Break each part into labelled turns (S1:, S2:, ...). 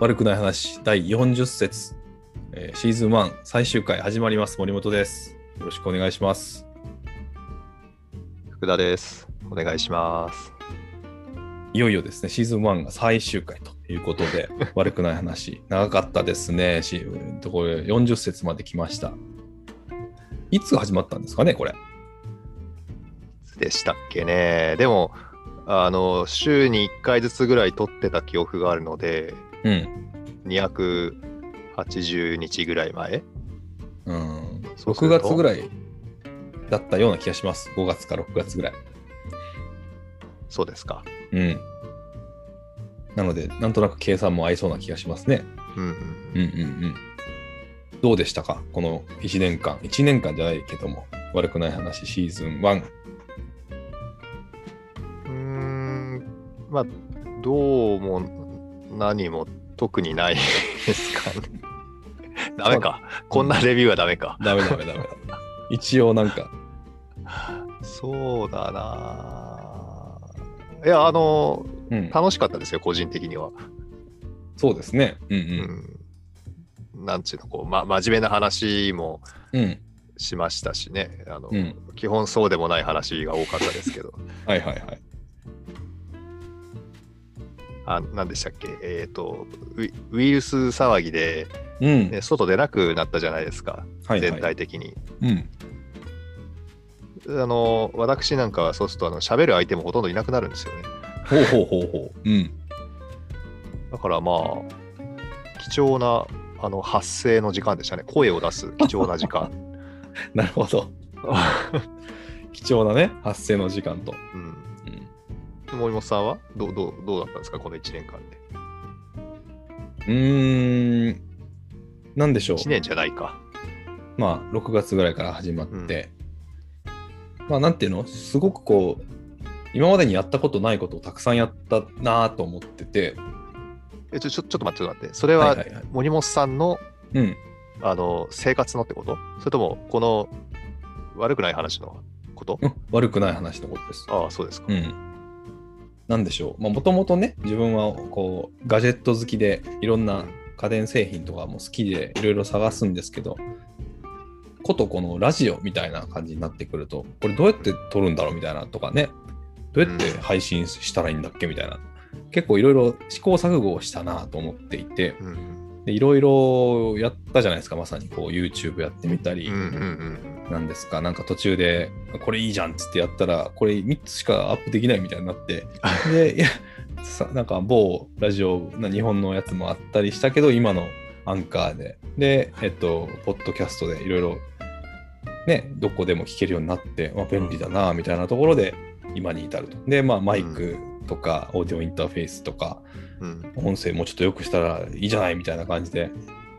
S1: 悪くない話第40節、えーシーズン1最終回始まります森本ですよろしくお願いします
S2: 福田です。お願いします。
S1: いよいよですねシーズン1が最終回ということで悪くない話長かったですねしうんとこれ40節まで来ましたいつ始まったんですかねこれ
S2: でしたっけね。でも、あの、週に1回ずつぐらい撮ってた記憶があるので、
S1: うん
S2: 280日ぐらい前
S1: うん
S2: そうす
S1: 6
S2: ると
S1: 月ぐらいだったような気がします5月か6月ぐらい
S2: そうですか。
S1: うんなのでなんとなく計算も合いそうな気がしますね
S2: うん、
S1: うんうんうん。どうでしたかこの1年間。1年間じゃないけども、悪くない話シーズン1。
S2: うん。うーん、まあ、どうも何も特にないですかね。 ダメか。こんなレビューはダメか。
S1: ダメダメ ダメ。一応なんか、
S2: そうだなぁいや、あの、
S1: うん、
S2: 楽しかったですよ、個人的には。
S1: そうですね。う
S2: うんんなんちゅうのこう、ま、真面目な話も
S1: うん。うん。
S2: しましたしねあの、
S1: うん
S2: 基本そうでもない話が多かったですけど
S1: はいはいはい。
S2: あ何でしたっけえっ、とウイウイルス騒ぎで、
S1: うん。
S2: ね、外出なくなったじゃないですか
S1: はいはい
S2: 全体的に、
S1: うん。
S2: あの私なんかはそうするとあの喋る相手もほとんどいなくなるんですよね
S1: ほうほうほうほう。うん。
S2: だからまあ貴重なあの発声の時間でしたね声を出す貴重な時間、
S1: なるほど。貴重なね、発生の時間と。
S2: うん、
S1: うん
S2: 森本さんはどうどうどうだったんですかこの1年間で
S1: うーん。なんでしょう。
S2: 1年じゃないか
S1: まあ、6月ぐらいから始まって、まあ、なんていうのすごくこう、今までにやったことないことをたくさんやったなぁと思ってて、
S2: えちょちょちょっと待って、ちょっと待って。それ
S1: はい
S2: は
S1: はいはい。
S2: 森本さんの,、
S1: うん。
S2: あの生活のってことそれとも、この悪くない話のこと
S1: うん悪くない話のことです。
S2: ああ、そうですか。
S1: うん。なんでしょう。まあ、もともとね、自分はこう、ガジェット好きで、いろんな家電製品とかも好きで、いろいろ探すんですけど、ことこのラジオみたいな感じになってくると、これどうやって撮るんだろうみたいなとかね、どうやって配信したらいいんだっけみたいな、結構いろいろ試行錯誤をしたなと思っていて、
S2: うんうん
S1: でいろいろやったじゃないですか、まさにこう YouTube やってみたり、
S2: うんうんうん
S1: なんですか、なんか途中で、これいいじゃんっつってやったら、これ3つしかアップできないみたいになって、で、いや、さなんか某ラジオ、な日本のやつもあったりしたけど、今のアンカーで、で、えっと、ポッドキャストでいろいろ、ね、どこでも聞けるようになって、まあ、便利だな、みたいなところで、今に至ると。で、まあ、マイクとか、オーディオインターフェースとか、
S2: うん
S1: 音声もうちょっと良くしたらいいじゃないみたいな感じで、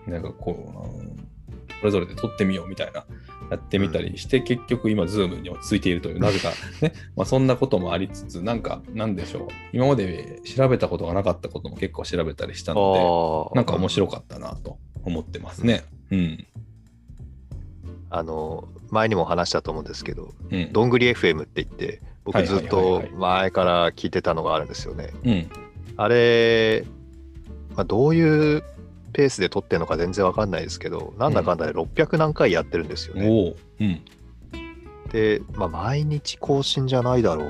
S1: なんかこうあの、それぞれで撮ってみようみたいな、やってみたりして、結局今、ズームに落ち着いているという、なぜ かね、まあそんなこともありつつ、なんか、なんでしょう、今まで調べたことがなかったことも結構調べたりしたの
S2: あ
S1: で、なんか面白
S2: く。
S1: かったなと思ってますね。うん。
S2: あの、前にも話したと思うんですけど、
S1: うん。
S2: どんぐり FM って言って、僕
S1: はいはいはい
S2: ずっ
S1: はい
S2: と前から聞いてたのがあるんですよね。
S1: うん。
S2: あれ、まあ、どういうペースで撮ってるのか全然わかんないですけど、なんだかんだで600何回やってるんですよね。
S1: おお。うん。
S2: で、まあ、毎日更新じゃないだろうな、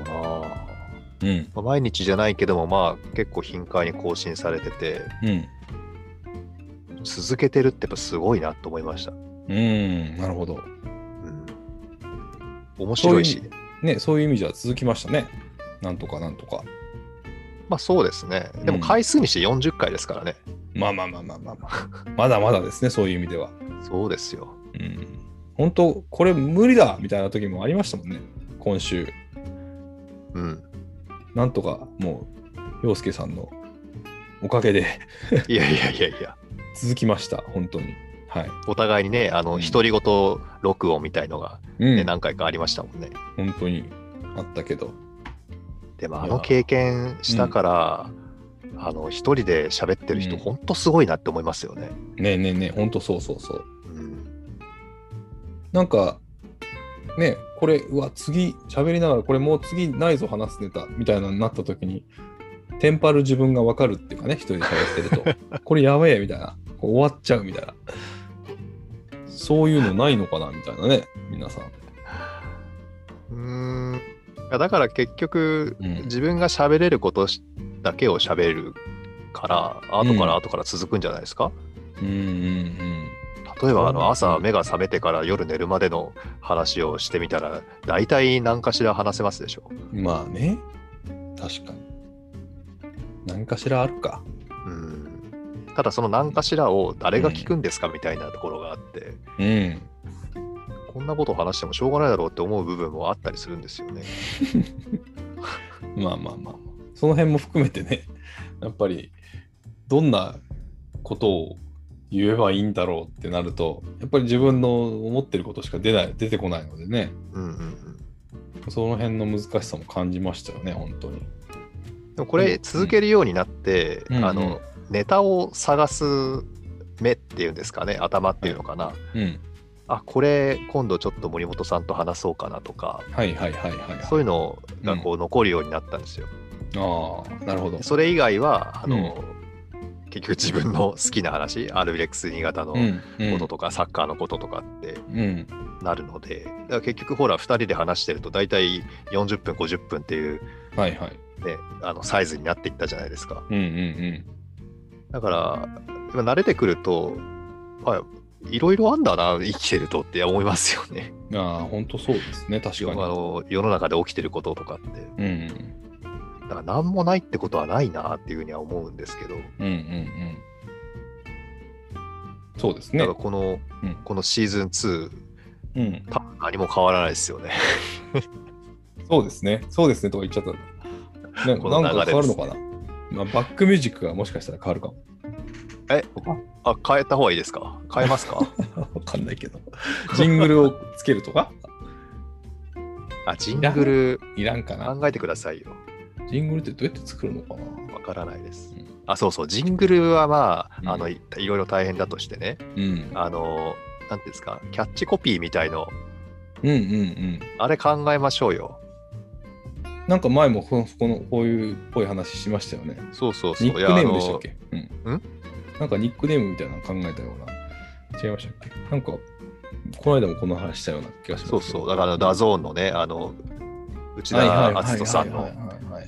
S1: うん。
S2: まあ毎日じゃないけどもまあ結構頻回に更新されてて
S1: うん。
S2: 続けてるってやっぱすごいなと思いました、
S1: うん。なるほど。
S2: うん、面白いし
S1: そうね、そういう意味じゃ続きましたね。なんとかなんとか。
S2: まあそうですねで
S1: う
S2: も
S1: ん
S2: 回数にして40回ですからね、
S1: まあまあまあまあまあまあ。まだまだですね、そういう意味では。
S2: そうですよ
S1: うん。本当、これ無理だみたいな時もありましたもんね、今週。
S2: うん
S1: なんとか、もう、洋介さんのおかげで
S2: いやいやいやいや
S1: 続きました、本当に。はい。
S2: お互いにねあ
S1: う
S2: の
S1: ん
S2: 独り言録音みたいのが、
S1: う
S2: ね
S1: ん、
S2: 何回かありましたもんね
S1: 本当にあったけど。
S2: でもあ
S1: いや
S2: の経験したから、あの一人で喋ってる人、
S1: うん
S2: ほんとすごいなって思いますよね、
S1: ねえねえねえ、本当そうそうそう。
S2: うん、
S1: なんか、ねえ、これ、うわ、次、喋りながら、これもう次ないぞ、話すネタみたいなのになった時に、テンパる自分が分かるっていうかね、一人で喋ってる と、これやべえみたいな、こう終わっちゃうみたいな、そういうのないのかなみたいなね、皆さん。
S2: うーんいやだから結局、
S1: うん
S2: 自分が喋れることしだけを喋るから後か
S1: うん
S2: ら後から続くんじゃないですか、
S1: うんうん
S2: 例えば
S1: そ
S2: あ
S1: う
S2: の朝目が覚めてから夜寝るまでの話をしてみたら大体何かしら話せますでしょ
S1: うん。まあね、確かに。何かしらあるか。
S2: うんただその何かしらを誰が聞くんですかみたいなところがあって、
S1: うん。
S2: こんなことを話してもしょうがないだろうって思う部分もあったりするんですよね。
S1: まあまあまあ、その辺も含めてね、 やっぱりどんなことを言えばいいんだろうってなると、やっぱり自分の思ってることしか出ない出てこないのでね、
S2: うんうんうん、
S1: その辺の難しさも感じましたよね、本当に。
S2: でもこれ続けるようになって、
S1: うん
S2: あ
S1: うんうん
S2: のネタを探す目っていうんですかね頭っていうのかな、
S1: うん。
S2: あこれ今度ちょっと森本さんと話そうかなとか
S1: はいはいはいはい、はい。
S2: そういうのがこう残るようになったんですよ。
S1: ああ、なるほど。
S2: それ以外はあの、結局自分の好きな話 RX 新潟のこ
S1: ん、うん
S2: ととか、サッカーのこととかって
S1: うん。
S2: なるのでだから結局ほら2人で話してると大体40分50分っていう、
S1: はいはい。
S2: ね、あのサイズになっていったじゃないですか
S1: うんうん
S2: だから今慣れてくるとあいろいろあんだな生きてるとって思いますよね
S1: うん。ああ、本当そうですね、確か
S2: あ
S1: に。
S2: の世の中で起きてることとかって
S1: うんうん
S2: だから何もないってことはないなっていうふうには思うんですけど、
S1: うんうんうん。そうです
S2: だ
S1: ね
S2: から。この、
S1: うん
S2: このシーズン2
S1: うん。
S2: 多分何も変わらないですよね。
S1: そうですね、そうですねとか言っちゃった。ね、
S2: こ
S1: な
S2: の
S1: ん
S2: 流
S1: か
S2: れ
S1: 変わるのかな、まあ、バックミュージックがもしかしたら変わるかも。
S2: えあ変えた方がいいですか変えます か
S1: わかんないけど。ジングルをつけるとか
S2: あジングル
S1: いらんかな
S2: 考えてくださいよ。
S1: ジングルってどうやって作るのかな
S2: わからないです
S1: うん。
S2: あそうそうジングルはま
S1: うん
S2: ああのいいろいろ大変だとしてね
S1: うん。
S2: あのなんていうんですかキャッチコピーみたいの
S1: うんうんうん。
S2: あれ考えましょうよ。
S1: なんか前もこのこのこういうっぽい話しましたよね。
S2: そうそうそう。
S1: ニックネームでしたっ
S2: いや
S1: けうん
S2: ん
S1: なんかニックネームみたいなの考えたような。違いましたっけなんか、この間もこの話したような気が
S2: あ
S1: します
S2: の
S1: け
S2: そ
S1: ど
S2: うそうだからダゾーンのねあの内
S1: はいはいはい
S2: 田
S1: はいはいはいはい
S2: 篤人さんの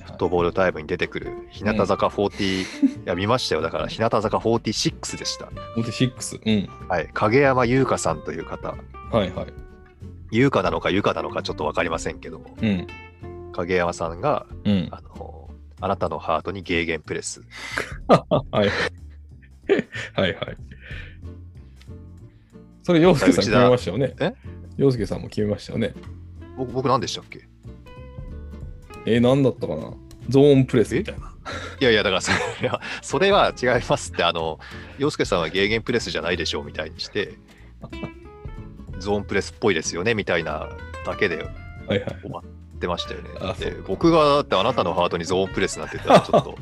S2: フットボールタイムに出てくる日向坂40、い や見ましたよだから日向坂46でした
S1: モテ6。うん。
S2: はい、影山優香さんという方、
S1: はいはい。
S2: 優香なのか優香なのかちょっと分かりませんけども、
S1: うん。
S2: 影山さんが、
S1: うん。
S2: あのあなたのハートにゲーゲンプレス。
S1: はい はい。はいはい。それ、洋介さん決めましたよね。
S2: え
S1: 洋介さんも決めましたよね。
S2: 僕、僕何でしたっけ
S1: えー、何だったかなゾーンプレスみたいな。
S2: いやいや、だからそれは、それは違いますって、あの、洋介さんはゲーゲンプレスじゃないでしょうみたいにして、ゾーンプレスっぽいですよねみたいなだけで
S1: はいはい。
S2: 言ってましたよね。
S1: あ
S2: で
S1: そう
S2: 僕がだってあなたのハートにゾーンプレスなんて言ったら、ちょ っと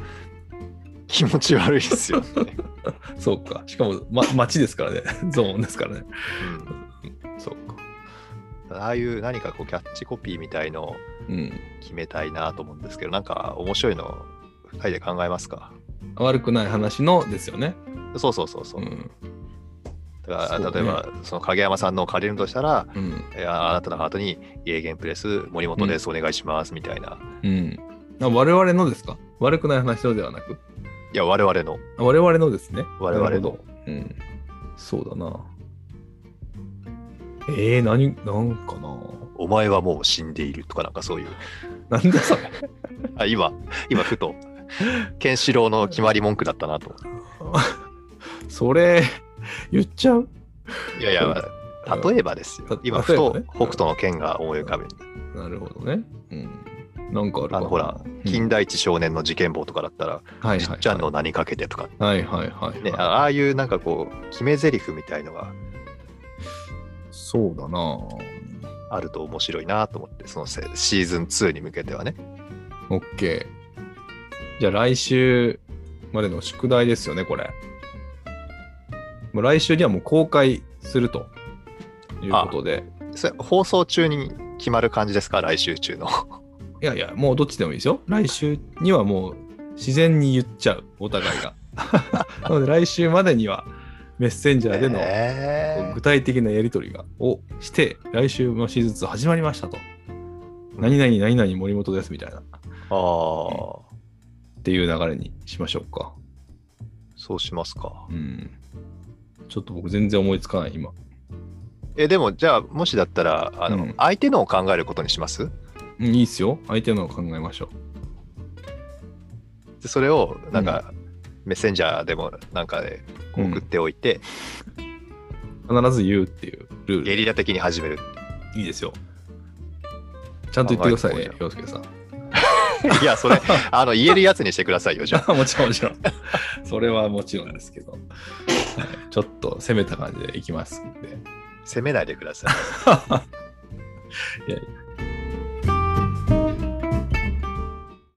S2: 気持ち悪いですよね。
S1: そうか。しかも、ま、街ですからね。 ゾーンですからね。
S2: うん
S1: そうか。
S2: ああいう何かこうキャッチコピーみたいのを
S1: うん。
S2: 決めたいなと思うんですけどなんか面白いの2人で考えますか
S1: 悪くない話のですよね。
S2: そうそうそうそうう、
S1: ん。
S2: だから
S1: そうね
S2: 例えばその影山さんのを借りるとしたら
S1: うん。
S2: いやあなたのハートに「ゲーゲンプレス森本です、お願いします」みたいな
S1: うん。あ我々のですか悪くない話のではなく。
S2: いや我々の
S1: あ我々のですね。
S2: 我々の
S1: なるほど。うん。そうだな。えー、何、なんかな。
S2: 「お前はもう死んでいる」とかなんかそういう
S1: なんだ それ。
S2: あ今今ふとケンシロウの決まり文句だったなと思っ
S1: それ、言っちゃう
S2: ていやいや例えばです
S1: た
S2: よ今ふと
S1: 例えばね
S2: 北斗の剣が思い浮かべ
S1: なるほどね。うん。なんかあるかな
S2: あのほら
S1: うん
S2: 金田一少年の事件簿とかだったら
S1: はい
S2: じ
S1: は
S2: っ
S1: い。
S2: ちゃんの名にかけてとか
S1: はいはいはい。
S2: ね、あああいうなんかこう決め台詞みたいのが
S1: そうだな。
S2: あると面白いなと思ってそのせシーズン2に向けてはね
S1: OK。じゃあ来週までの宿題ですよね、これ。もう来週にはもう公開するということで。
S2: それ放送中に決まる感じですか来週中の
S1: いやいや、もうどっちでもいいですよ。来週にはもう自然に言っちゃう、お互いが。 なので来週までにはメッセンジャーでの
S2: え
S1: こう
S2: ー
S1: 具体的なやり取りがをして、来週のシーズン2始まりましたと。何々何々森本ですみたいなっ
S2: ああ、
S1: ていう流れにしましょうか。
S2: そうしますか。
S1: うん。ちょっと僕全然思いつかない今。
S2: え、でも、じゃあ、もしだったら、あの、
S1: うん
S2: 相手のを考えることにします
S1: うん、いいっすよ。相手のを考えましょ
S2: でそれを、なんか、メッセンジャーでも、なんかで、こう送っておいて、
S1: う。必ず言うっていうルー
S2: ゲ
S1: ル。
S2: リラ的に始める。
S1: いいですよ。ちゃんと言ってください
S2: 考え
S1: ね
S2: て、
S1: 洋介さん。
S2: いや、それ、あの、言えるやつにしてくださいよ、じゃあ。
S1: もちろんもちろん。それはもちろんですけど。はいちょっと攻めた感じでいきますんで。
S2: 責めないでください。
S1: いやいや